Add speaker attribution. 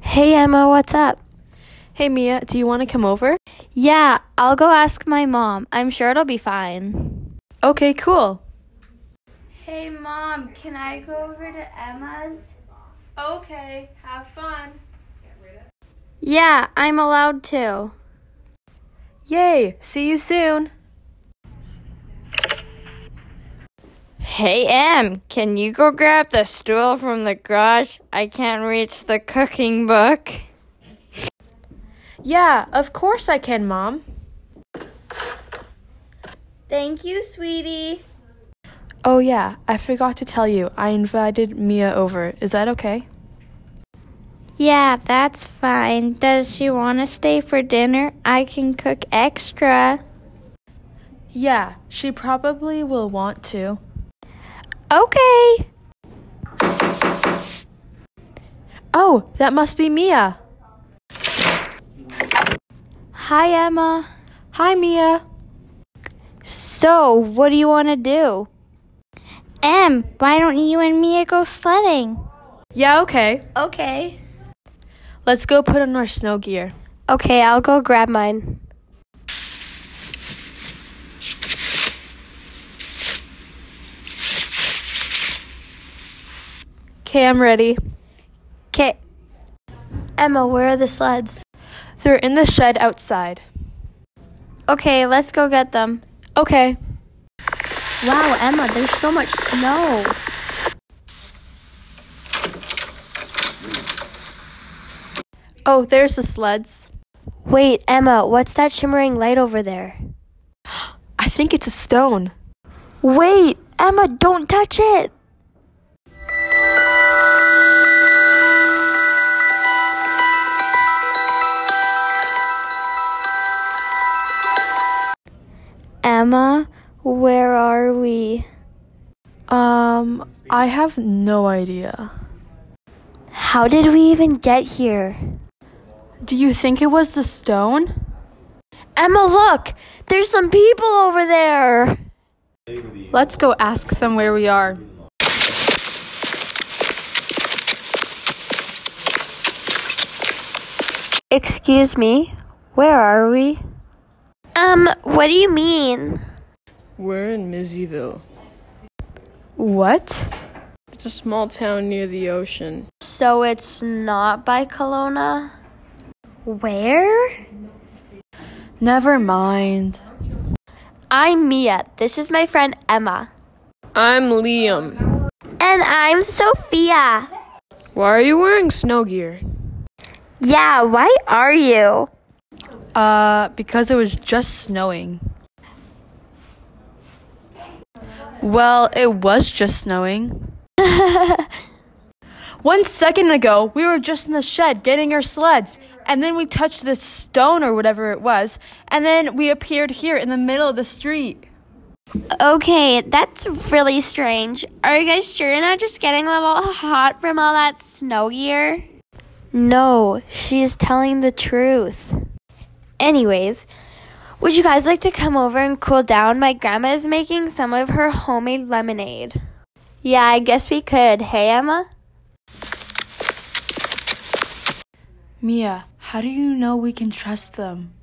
Speaker 1: Hey Emma, what's up?
Speaker 2: Hey Mia, do you want to come over?
Speaker 1: Yeah, I'll go ask my mom. I'm sure it'll be fine.
Speaker 2: Okay, cool.
Speaker 1: Hey mom, can I go over to Emma's?
Speaker 2: Okay, have fun.
Speaker 1: Yeah, I'm allowed to.
Speaker 2: Yay, see you soon.
Speaker 3: Hey, Em, can you go grab the stool from the garage? I can't reach the cooking book.
Speaker 2: Yeah, of course I can, Mom.
Speaker 1: Thank you, sweetie.
Speaker 2: Oh, yeah, I forgot to tell you, I invited Mia over. Is that okay?
Speaker 1: Yeah, that's fine. Does she want to stay for dinner? I can cook extra.
Speaker 2: Yeah, she probably will want to.
Speaker 1: Okay.
Speaker 2: Oh, that must be Mia.
Speaker 1: Hi Emma.
Speaker 2: Hi, Mia.
Speaker 1: So, what do you want to do? Em, why don't you and Mia go sledding?
Speaker 2: Yeah, okay.
Speaker 1: Okay.
Speaker 2: Let's go put on our snow gear.
Speaker 1: Okay, I'll go grab mine.
Speaker 2: Okay, I'm ready.
Speaker 1: Okay. Emma, where are the sleds?
Speaker 2: They're in the shed outside.
Speaker 1: Okay, let's go get them.
Speaker 2: Okay.
Speaker 1: Wow, Emma, there's so much snow.
Speaker 2: Oh, there's the sleds.
Speaker 1: Wait, Emma, what's that shimmering light over there?
Speaker 2: I think it's a stone.
Speaker 1: Wait, Emma, don't touch it. Emma, where are we?
Speaker 2: Um, I have no idea.
Speaker 1: How did we even get here?
Speaker 2: Do you think it was the stone?
Speaker 1: Emma, look! There's some people over there!
Speaker 2: Let's go ask them where we are.
Speaker 1: Excuse me, where are we? Um, what do you mean?
Speaker 4: We're in Mizzville.
Speaker 2: What?
Speaker 4: It's a small town near the ocean.
Speaker 1: So it's not by Kelowna? Where?
Speaker 2: Never mind.
Speaker 1: I'm Mia. This is my friend Emma.
Speaker 4: I'm Liam.
Speaker 1: And I'm Sophia.
Speaker 4: Why are you wearing snow gear?
Speaker 1: Yeah, why are you?
Speaker 2: Uh, because it was just snowing. Well, it was just snowing. One second ago, we were just in the shed getting our sleds, and then we touched this stone or whatever it was, and then we appeared here in the middle of the street.
Speaker 1: Okay, that's really strange. Are you guys sure you're not just getting a little hot from all that snow gear? No, she is telling the truth. Anyways, would you guys like to come over and cool down? My grandma is making some of her homemade lemonade. Yeah, I guess we could. Hey, Emma?
Speaker 2: Mia, how do you know we can trust them?